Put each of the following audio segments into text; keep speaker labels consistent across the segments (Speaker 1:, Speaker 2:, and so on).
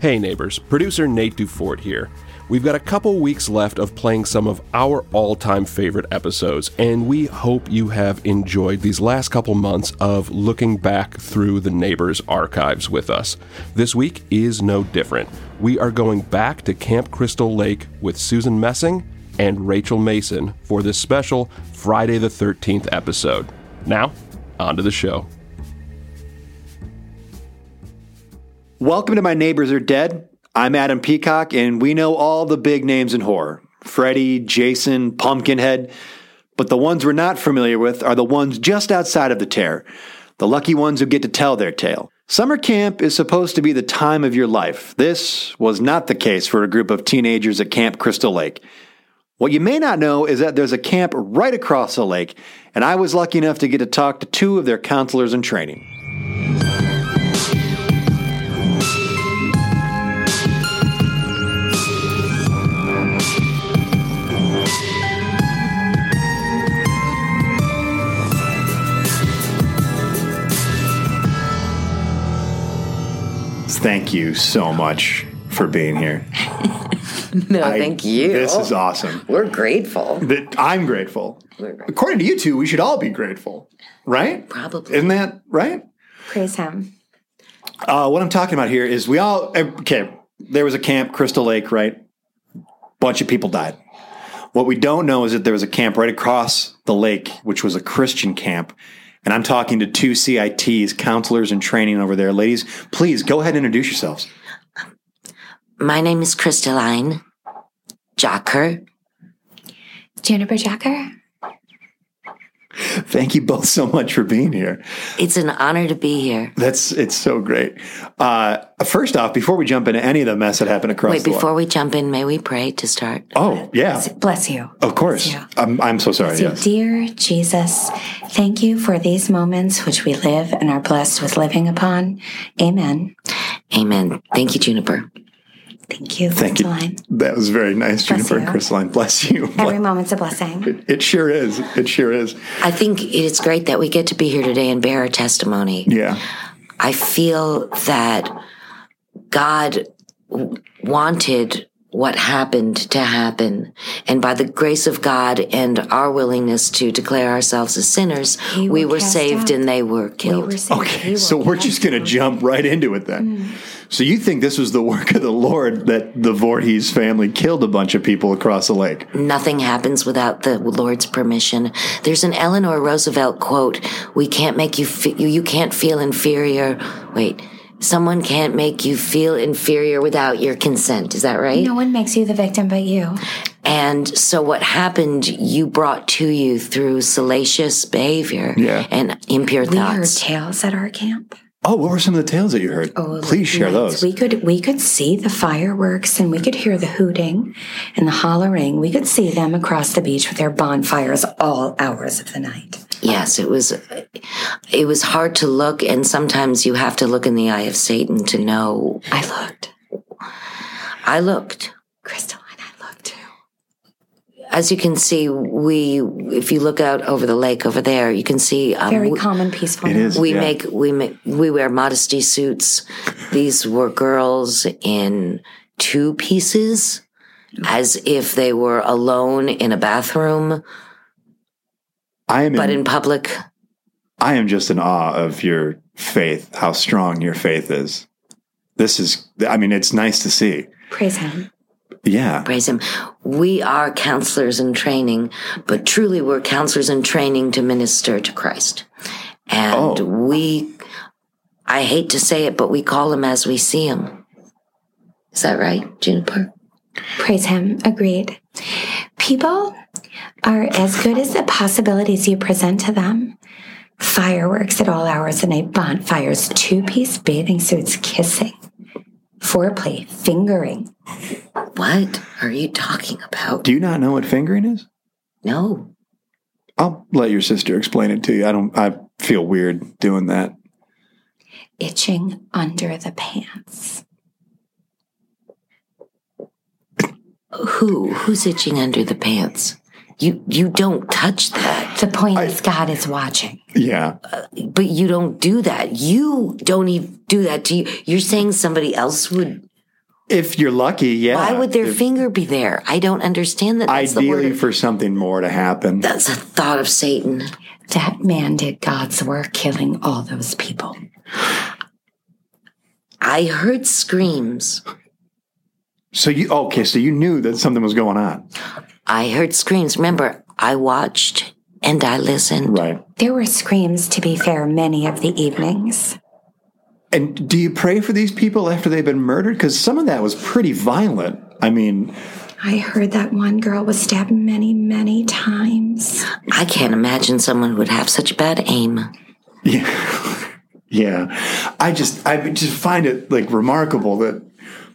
Speaker 1: Hey neighbors, producer Nate Dufort here. We've got a couple weeks left of playing some of our all time favorite episodes, and we hope you have enjoyed these last couple months of looking back through the Neighbors archives with us. This week is no different. We are going back to Camp Crystal Lake with Susan Messing and Rachel Mason for this special Friday the 13th episode. Now, on to the show.
Speaker 2: Welcome to My Neighbors Are Dead. I'm Adam Peacock, and we know all the big names in horror Freddy, Jason, Pumpkinhead. But the ones we're not familiar with are the ones just outside of the tear, the lucky ones who get to tell their tale. Summer camp is supposed to be the time of your life. This was not the case for a group of teenagers at Camp Crystal Lake. What you may not know is that there's a camp right across the lake, and I was lucky enough to get to talk to two of their counselors in training. Thank you so much for being here.
Speaker 3: No,
Speaker 2: I-
Speaker 3: thank you. Oh,
Speaker 2: This is awesome.
Speaker 3: We're grateful.
Speaker 2: That I'm grateful. According to you two, we should all be grateful, right?
Speaker 3: Probably.
Speaker 2: Isn't that right?
Speaker 4: Praise him.
Speaker 2: Uh, what I'm talking about here is we all okay. There was a camp, Crystal Lake, right? Bunch of people died. What we don't know is that there was a camp right across the lake, which was a Christian camp. And I'm talking to two CITs, counselors in training over there. Ladies, please go ahead and introduce yourselves.
Speaker 3: My name is Crystalline Jocker.
Speaker 4: Juniper Jacker.
Speaker 2: Thank you both so much for being here.
Speaker 3: It's an honor to be here.
Speaker 2: That's it's so great. Uh, first off, before we jump into any of the mess that happened across
Speaker 3: Wait,
Speaker 2: the
Speaker 3: before we jump in, may we pray to start?
Speaker 2: oh yeah,
Speaker 4: Bless you.
Speaker 2: of course.
Speaker 4: Yeah.
Speaker 2: I'm, I'm so sorry.
Speaker 4: So,
Speaker 2: Oh, Yes.
Speaker 4: dear Jesus, thank you for these moments which we live and are blessed with living upon. Amen.
Speaker 3: Amen. Thank you, Juniper.
Speaker 4: Thank you,
Speaker 2: Thank you.
Speaker 4: Crystalline.
Speaker 2: That was very nice,
Speaker 4: Bless
Speaker 2: Jennifer and
Speaker 4: you.
Speaker 2: Crystalline. Bless you.
Speaker 4: Every moment's a blessing.
Speaker 2: It sure is. It sure is.
Speaker 3: I think it's great that we get to be here today and bear our testimony.
Speaker 2: Yeah.
Speaker 3: I feel that God w- wanted what happened to happen. And by the grace of God and our willingness to declare ourselves as sinners,
Speaker 4: He
Speaker 3: we
Speaker 4: were
Speaker 3: were
Speaker 4: cast
Speaker 3: saved
Speaker 4: out.
Speaker 3: and they were killed.
Speaker 2: Okay. So we're just going to jump right into it then.
Speaker 4: Mm.
Speaker 2: So you think this was the work of the Lord that the Voorhees family killed a bunch of people across the lake?
Speaker 4: Mm.
Speaker 3: Nothing happens without the Lord's permission. There's an Eleanor Roosevelt quote: "We can't make you fe- you you can't feel inferior. Wait, someone can't make you feel inferior without your consent. Is that right?
Speaker 4: No one makes you the victim but you.
Speaker 3: And so what happened? You brought to you through salacious behavior
Speaker 2: Yeah.
Speaker 3: and impure
Speaker 4: We heard
Speaker 3: thoughts.
Speaker 4: tales at our camp.
Speaker 2: Oh, what were some of the tales that you heard?
Speaker 4: Oh,
Speaker 2: Please share
Speaker 4: nights.
Speaker 2: those.
Speaker 4: We could we could see the fireworks and we could hear the hooting and the hollering. We could see them across the beach with their bonfires all hours of the night.
Speaker 3: yes, it was. It was hard to look, and sometimes you have to look in the eye of Satan to know.
Speaker 4: I looked.
Speaker 3: I looked.
Speaker 4: Crystalline, I looked too.
Speaker 3: as you can see, we if you look out over the lake over there, you can see um,
Speaker 4: Very
Speaker 3: we,
Speaker 4: calm and peaceful.
Speaker 2: It is.
Speaker 3: we
Speaker 2: yeah.
Speaker 3: make we make we wear modesty suits. These were girls in two pieces, as if they were alone in a bathroom,
Speaker 2: I am.
Speaker 3: but
Speaker 2: in,
Speaker 3: in public.
Speaker 2: I am just in awe of your faith. How strong your faith is. This is. I mean, it's nice to see.
Speaker 4: Praise him.
Speaker 2: Yeah.
Speaker 3: Praise him. We are counselors in training, but truly we're counselors in training to minister to Christ. And
Speaker 2: Oh.
Speaker 3: we, I hate to say it, but we call him as we see him. Is that right, Juniper?
Speaker 4: Praise him. Agreed. People are as good as the possibilities you present to them. Fireworks at all hours of the night, bonfires, two piece bathing suits, kissing, foreplay, fingering.
Speaker 3: What are you talking about?
Speaker 2: Do you not know what fingering is?
Speaker 3: No.
Speaker 2: I'll let your sister explain it to you. I don't. I feel weird doing that.
Speaker 4: Itching under the pants.
Speaker 3: Who? Who's itching under the pants? You, you don't touch that,
Speaker 4: The point is, God is watching.
Speaker 2: Yeah.
Speaker 3: but you don't do that. You don't even do that to you. You're saying somebody else would
Speaker 2: If you're lucky, yeah.
Speaker 3: Why would their
Speaker 2: If-
Speaker 3: finger be there? I don't understand that. That's the
Speaker 2: Uh, Ideally,
Speaker 3: word.
Speaker 2: for something more to happen.
Speaker 3: That's a thought of Satan.
Speaker 4: That man did God's work killing all those people.
Speaker 3: I heard screams.
Speaker 2: So you okay? So you knew that something was going on,
Speaker 3: I heard screams. Remember, I watched and I listened.
Speaker 2: right?
Speaker 4: There were screams, to be fair, many of the evenings.
Speaker 2: And do you pray for these people after they've been murdered? Because some of that was pretty violent. I mean,
Speaker 4: I heard that one girl was stabbed many, many times.
Speaker 3: I can't imagine someone would have such bad aim.
Speaker 2: yeah. I just, I just find it like remarkable that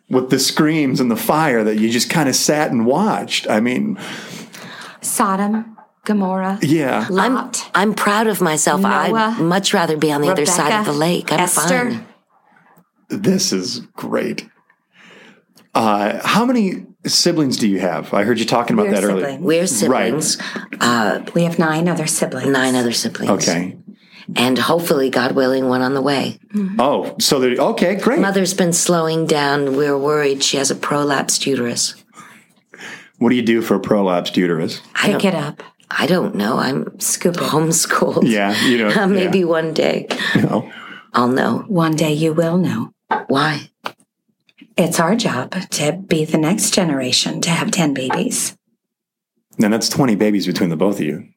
Speaker 2: with the screams and the fire that you just kind of sat and watched. I mean,
Speaker 4: Sodom, Gomorrah,
Speaker 2: yeah.
Speaker 3: I'm,
Speaker 4: Lot,
Speaker 3: I'm proud of myself.
Speaker 4: Noah,
Speaker 3: I'd much rather be on the other side of
Speaker 4: Rebecca,
Speaker 3: the lake. I'm
Speaker 4: Esther.
Speaker 3: fine.
Speaker 2: This is great. Uh, how many siblings do you have? I heard you talking about
Speaker 4: We're
Speaker 2: that earlier.
Speaker 4: siblings.
Speaker 3: We're siblings,
Speaker 4: We have nine other siblings.
Speaker 3: nine other siblings.
Speaker 2: Okay.
Speaker 3: And hopefully, God willing, one on the way.
Speaker 2: Oh, so they're okay. Great.
Speaker 3: Mother's been slowing down. We're worried she has a prolapsed uterus.
Speaker 2: What do you do for a prolapsed uterus?
Speaker 3: I
Speaker 4: Pick
Speaker 3: don't,
Speaker 4: it up.
Speaker 3: I don't know. I'm
Speaker 4: Scoop it.
Speaker 3: homeschooled.
Speaker 2: Yeah, you know,
Speaker 3: Maybe
Speaker 2: yeah.
Speaker 3: one day
Speaker 2: No.
Speaker 3: I'll know.
Speaker 4: One day you will know.
Speaker 3: Why?
Speaker 4: It's our job to be the next generation to have 10 babies.
Speaker 2: Then that's 20 babies between the both of you.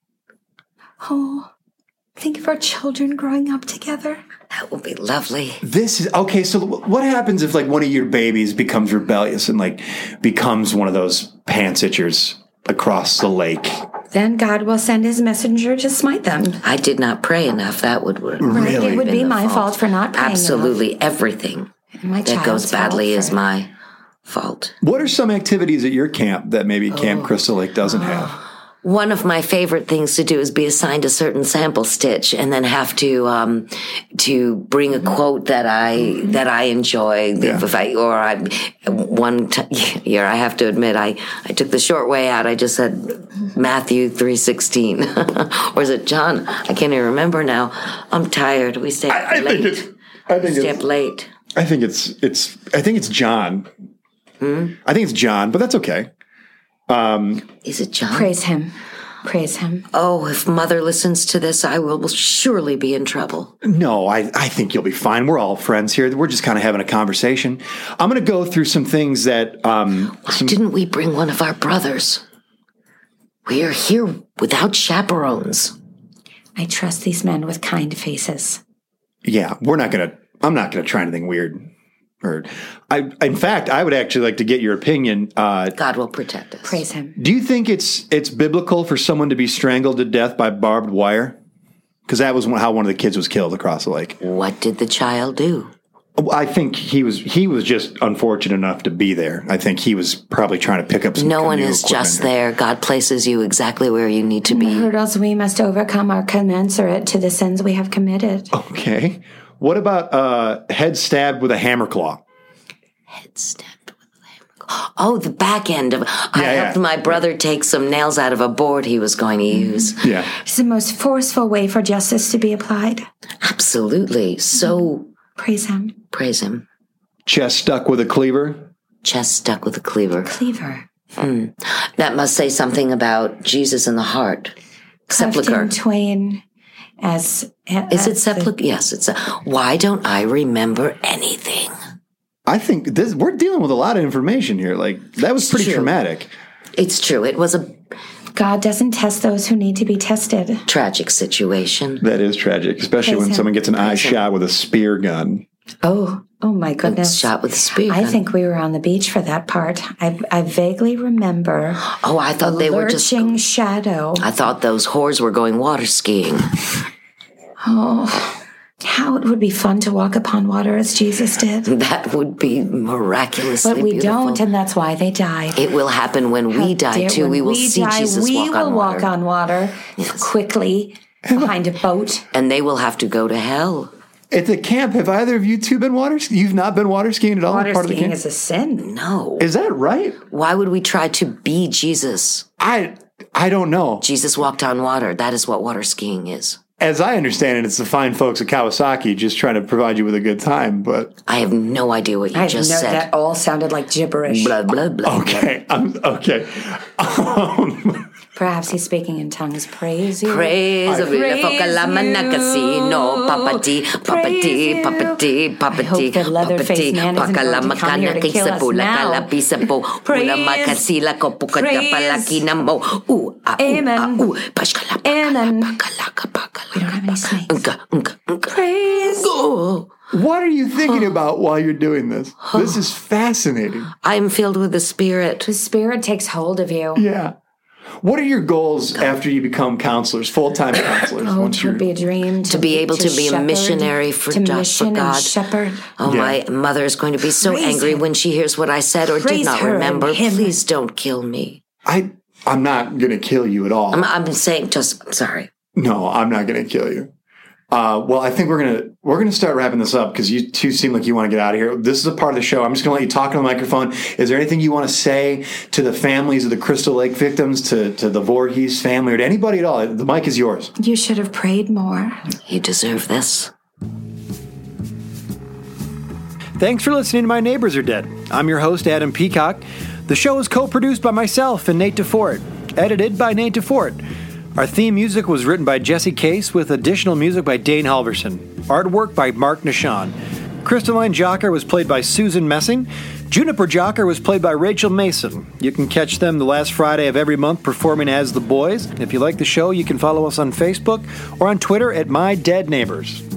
Speaker 4: Oh, think of our children growing up together.
Speaker 3: That would be lovely.
Speaker 2: This is okay. So, wh- what happens if like one of your babies becomes rebellious and like becomes one of those pants itchers across the lake?
Speaker 4: Then God will send his messenger to smite them.
Speaker 3: I did not pray enough. That would
Speaker 2: Right. Really?
Speaker 4: It would be
Speaker 3: Been the
Speaker 4: my fault for not praying.
Speaker 3: absolutely everything
Speaker 4: enough. My
Speaker 3: that
Speaker 4: child's
Speaker 3: goes badly
Speaker 4: fault
Speaker 3: is
Speaker 4: for-
Speaker 3: my fault.
Speaker 2: What are some activities at your camp that maybe Camp Crystal Lake doesn't have?
Speaker 3: One of my favorite things to do is be assigned a certain sample stitch and then have to um, to bring a quote that I that I enjoy. If I or I one t- year I have to admit I I took the short way out. I just said Matthew three sixteen or is it John? I can't even remember now. I'm tired. We stay up late.
Speaker 2: I think
Speaker 3: stay up late.
Speaker 2: I think it's it's I think it's John. I think it's John, but that's okay.
Speaker 3: Is it John?
Speaker 4: Praise him. Praise him.
Speaker 3: Oh, if mother listens to this, I will surely be in trouble.
Speaker 2: No, I, I think you'll be fine. We're all friends here. We're just kind of having a conversation. I'm going to go through some things that um,
Speaker 3: Why didn't we bring one of our brothers? We are here without chaperones.
Speaker 4: I trust these men with kind faces.
Speaker 2: yeah, we're not gonna. I'm not gonna try anything weird. Or, I in fact, I would actually like to get your opinion. Uh,
Speaker 3: God will protect us.
Speaker 4: Praise him.
Speaker 2: do you think it's it's biblical for someone to be strangled to death by barbed wire? Because that was one, how one of the kids was killed across the lake.
Speaker 3: What did the child do?
Speaker 2: I think he was he was just unfortunate enough to be there. I think he was probably trying to pick up some.
Speaker 3: No one
Speaker 2: new
Speaker 3: is
Speaker 2: equipment.
Speaker 3: just there. God places you exactly where you need to be.
Speaker 4: Hurdles we must overcome are commensurate to the sins we have committed.
Speaker 3: Oh.
Speaker 2: Okay. What about uh, head stabbed with a hammer claw?
Speaker 3: Stabbed with a hammer. Oh, the back end of. I
Speaker 2: Yeah, yeah.
Speaker 3: helped my brother take some nails out of a board he was going to use.
Speaker 2: Yeah.
Speaker 4: It's the most forceful way for justice to be applied.
Speaker 3: Absolutely. So
Speaker 4: Praise him.
Speaker 3: praise him.
Speaker 2: Chest stuck with a cleaver.
Speaker 3: Chest stuck with a cleaver.
Speaker 4: Cleaver.
Speaker 3: That must say something about Jesus in the heart.
Speaker 4: Cleft
Speaker 3: Sepulchre.
Speaker 4: in twain as.
Speaker 3: Is it sepulchre? Yes, it's a. Why don't I remember anything?
Speaker 2: I think this we're dealing with a lot of information here. Like that was pretty
Speaker 3: Sure.
Speaker 2: traumatic.
Speaker 3: It's true. It was a
Speaker 4: God doesn't test those who need to be tested.
Speaker 3: tragic situation.
Speaker 2: That is tragic, especially
Speaker 4: Praise
Speaker 2: when
Speaker 4: him.
Speaker 2: someone gets an eye
Speaker 4: Praise him.
Speaker 2: shot with a spear gun.
Speaker 4: Oh, oh my goodness.
Speaker 3: Shot with a spear.
Speaker 4: I think we were on the beach for that part. I, I vaguely remember
Speaker 3: Oh, I thought they were just.
Speaker 4: lurching shadow.
Speaker 3: I thought those whores were going water skiing.
Speaker 4: Oh, how it would be fun to walk upon water as Jesus did.
Speaker 3: That would be miraculously
Speaker 4: But we
Speaker 3: beautiful.
Speaker 4: don't, and that's why they died.
Speaker 3: It will happen when we die
Speaker 4: Oh, Dear,
Speaker 3: too.
Speaker 4: when
Speaker 3: We will see
Speaker 4: die,
Speaker 3: Jesus
Speaker 4: we
Speaker 3: walk
Speaker 4: will
Speaker 3: on
Speaker 4: walk
Speaker 3: water,
Speaker 4: on water quickly behind a boat.
Speaker 3: and they will have to go to hell.
Speaker 2: At the camp, have either of you two been water? sk- You've not been water skiing at all.
Speaker 4: Water
Speaker 2: part of the
Speaker 4: skiing
Speaker 2: camp?
Speaker 4: is a sin.
Speaker 3: No.
Speaker 2: is that right?
Speaker 3: Why would we try to be Jesus?
Speaker 2: I I don't know.
Speaker 3: Jesus walked on water. That is what water skiing is.
Speaker 2: As I understand it, it's the fine folks at Kawasaki just trying to provide you with a good time. But
Speaker 3: I have no idea what you
Speaker 5: I
Speaker 3: just
Speaker 5: know
Speaker 3: said.
Speaker 5: that all sounded like gibberish.
Speaker 3: Blah blah blah.
Speaker 2: okay, I'm okay. Um,
Speaker 4: Perhaps he's speaking in tongues. Praise you.
Speaker 3: Praise of the Fokalamana no papati, papati, papati, papati,
Speaker 4: the Leatherface
Speaker 3: papati,
Speaker 4: man isn't going to come here
Speaker 3: pakalamakana
Speaker 4: to kill us
Speaker 3: kisapo,
Speaker 4: now.
Speaker 3: lakala pisapo,
Speaker 4: Praise.
Speaker 3: pula makasila kopukata
Speaker 4: Praise.
Speaker 3: palakinamo, ooh, ah, ooh,
Speaker 4: Amen.
Speaker 3: ah, ooh, pashkala,
Speaker 4: Amen.
Speaker 3: pakalaka,
Speaker 4: We don't have
Speaker 3: pakalaka,
Speaker 4: any snakes.
Speaker 3: unka, unka, unka.
Speaker 4: Praise.
Speaker 3: Oh,
Speaker 2: what are you thinking about while you're doing this? This is fascinating.
Speaker 3: I am filled with the spirit.
Speaker 4: The spirit takes hold of
Speaker 3: Mm.
Speaker 4: you.
Speaker 2: Yeah. What are your goals after you become counselors, full time counselors?
Speaker 4: Oh,
Speaker 2: once
Speaker 4: to
Speaker 2: you're
Speaker 4: be a dream. To,
Speaker 3: be able to be a
Speaker 4: shepherd,
Speaker 3: missionary for
Speaker 4: to
Speaker 3: God- for
Speaker 4: mission
Speaker 3: God.
Speaker 4: And shepherd.
Speaker 3: Oh,
Speaker 2: Yeah.
Speaker 3: my mother is going to be so
Speaker 4: Praise
Speaker 3: angry
Speaker 4: him.
Speaker 3: when she hears what I said or
Speaker 4: Praise
Speaker 3: did not
Speaker 4: her and
Speaker 3: remember.
Speaker 4: him.
Speaker 3: Please don't kill me.
Speaker 2: I I'm not gonna kill you at all.
Speaker 3: I'm, I'm saying just, I'm sorry.
Speaker 2: no, I'm not gonna kill you. Uh, well, I think we're gonna we're gonna start wrapping this up because you two seem like you want to get out of here. This is a part of the show. I'm just gonna let you talk on the microphone. Is there anything you want to say to the families of the Crystal Lake victims, to to the Voorhees family, or to anybody at all? The mic is yours.
Speaker 4: You should have prayed more.
Speaker 3: You deserve this.
Speaker 2: Thanks for listening to My Neighbors Are Dead. I'm your host, Adam Peacock. The show is co produced by myself and Nate DeFort, edited by Nate DeFort. Our theme music was written by Jesse Case with additional music by Dane Halverson. Artwork by Mark Nishan. Crystalline Jocker was played by Susan Messing. Juniper Jocker was played by Rachel Mason. You can catch them the last Friday of every month performing as the boys. If you like the show, you can follow us on Facebook or on Twitter at My Dead Neighbors.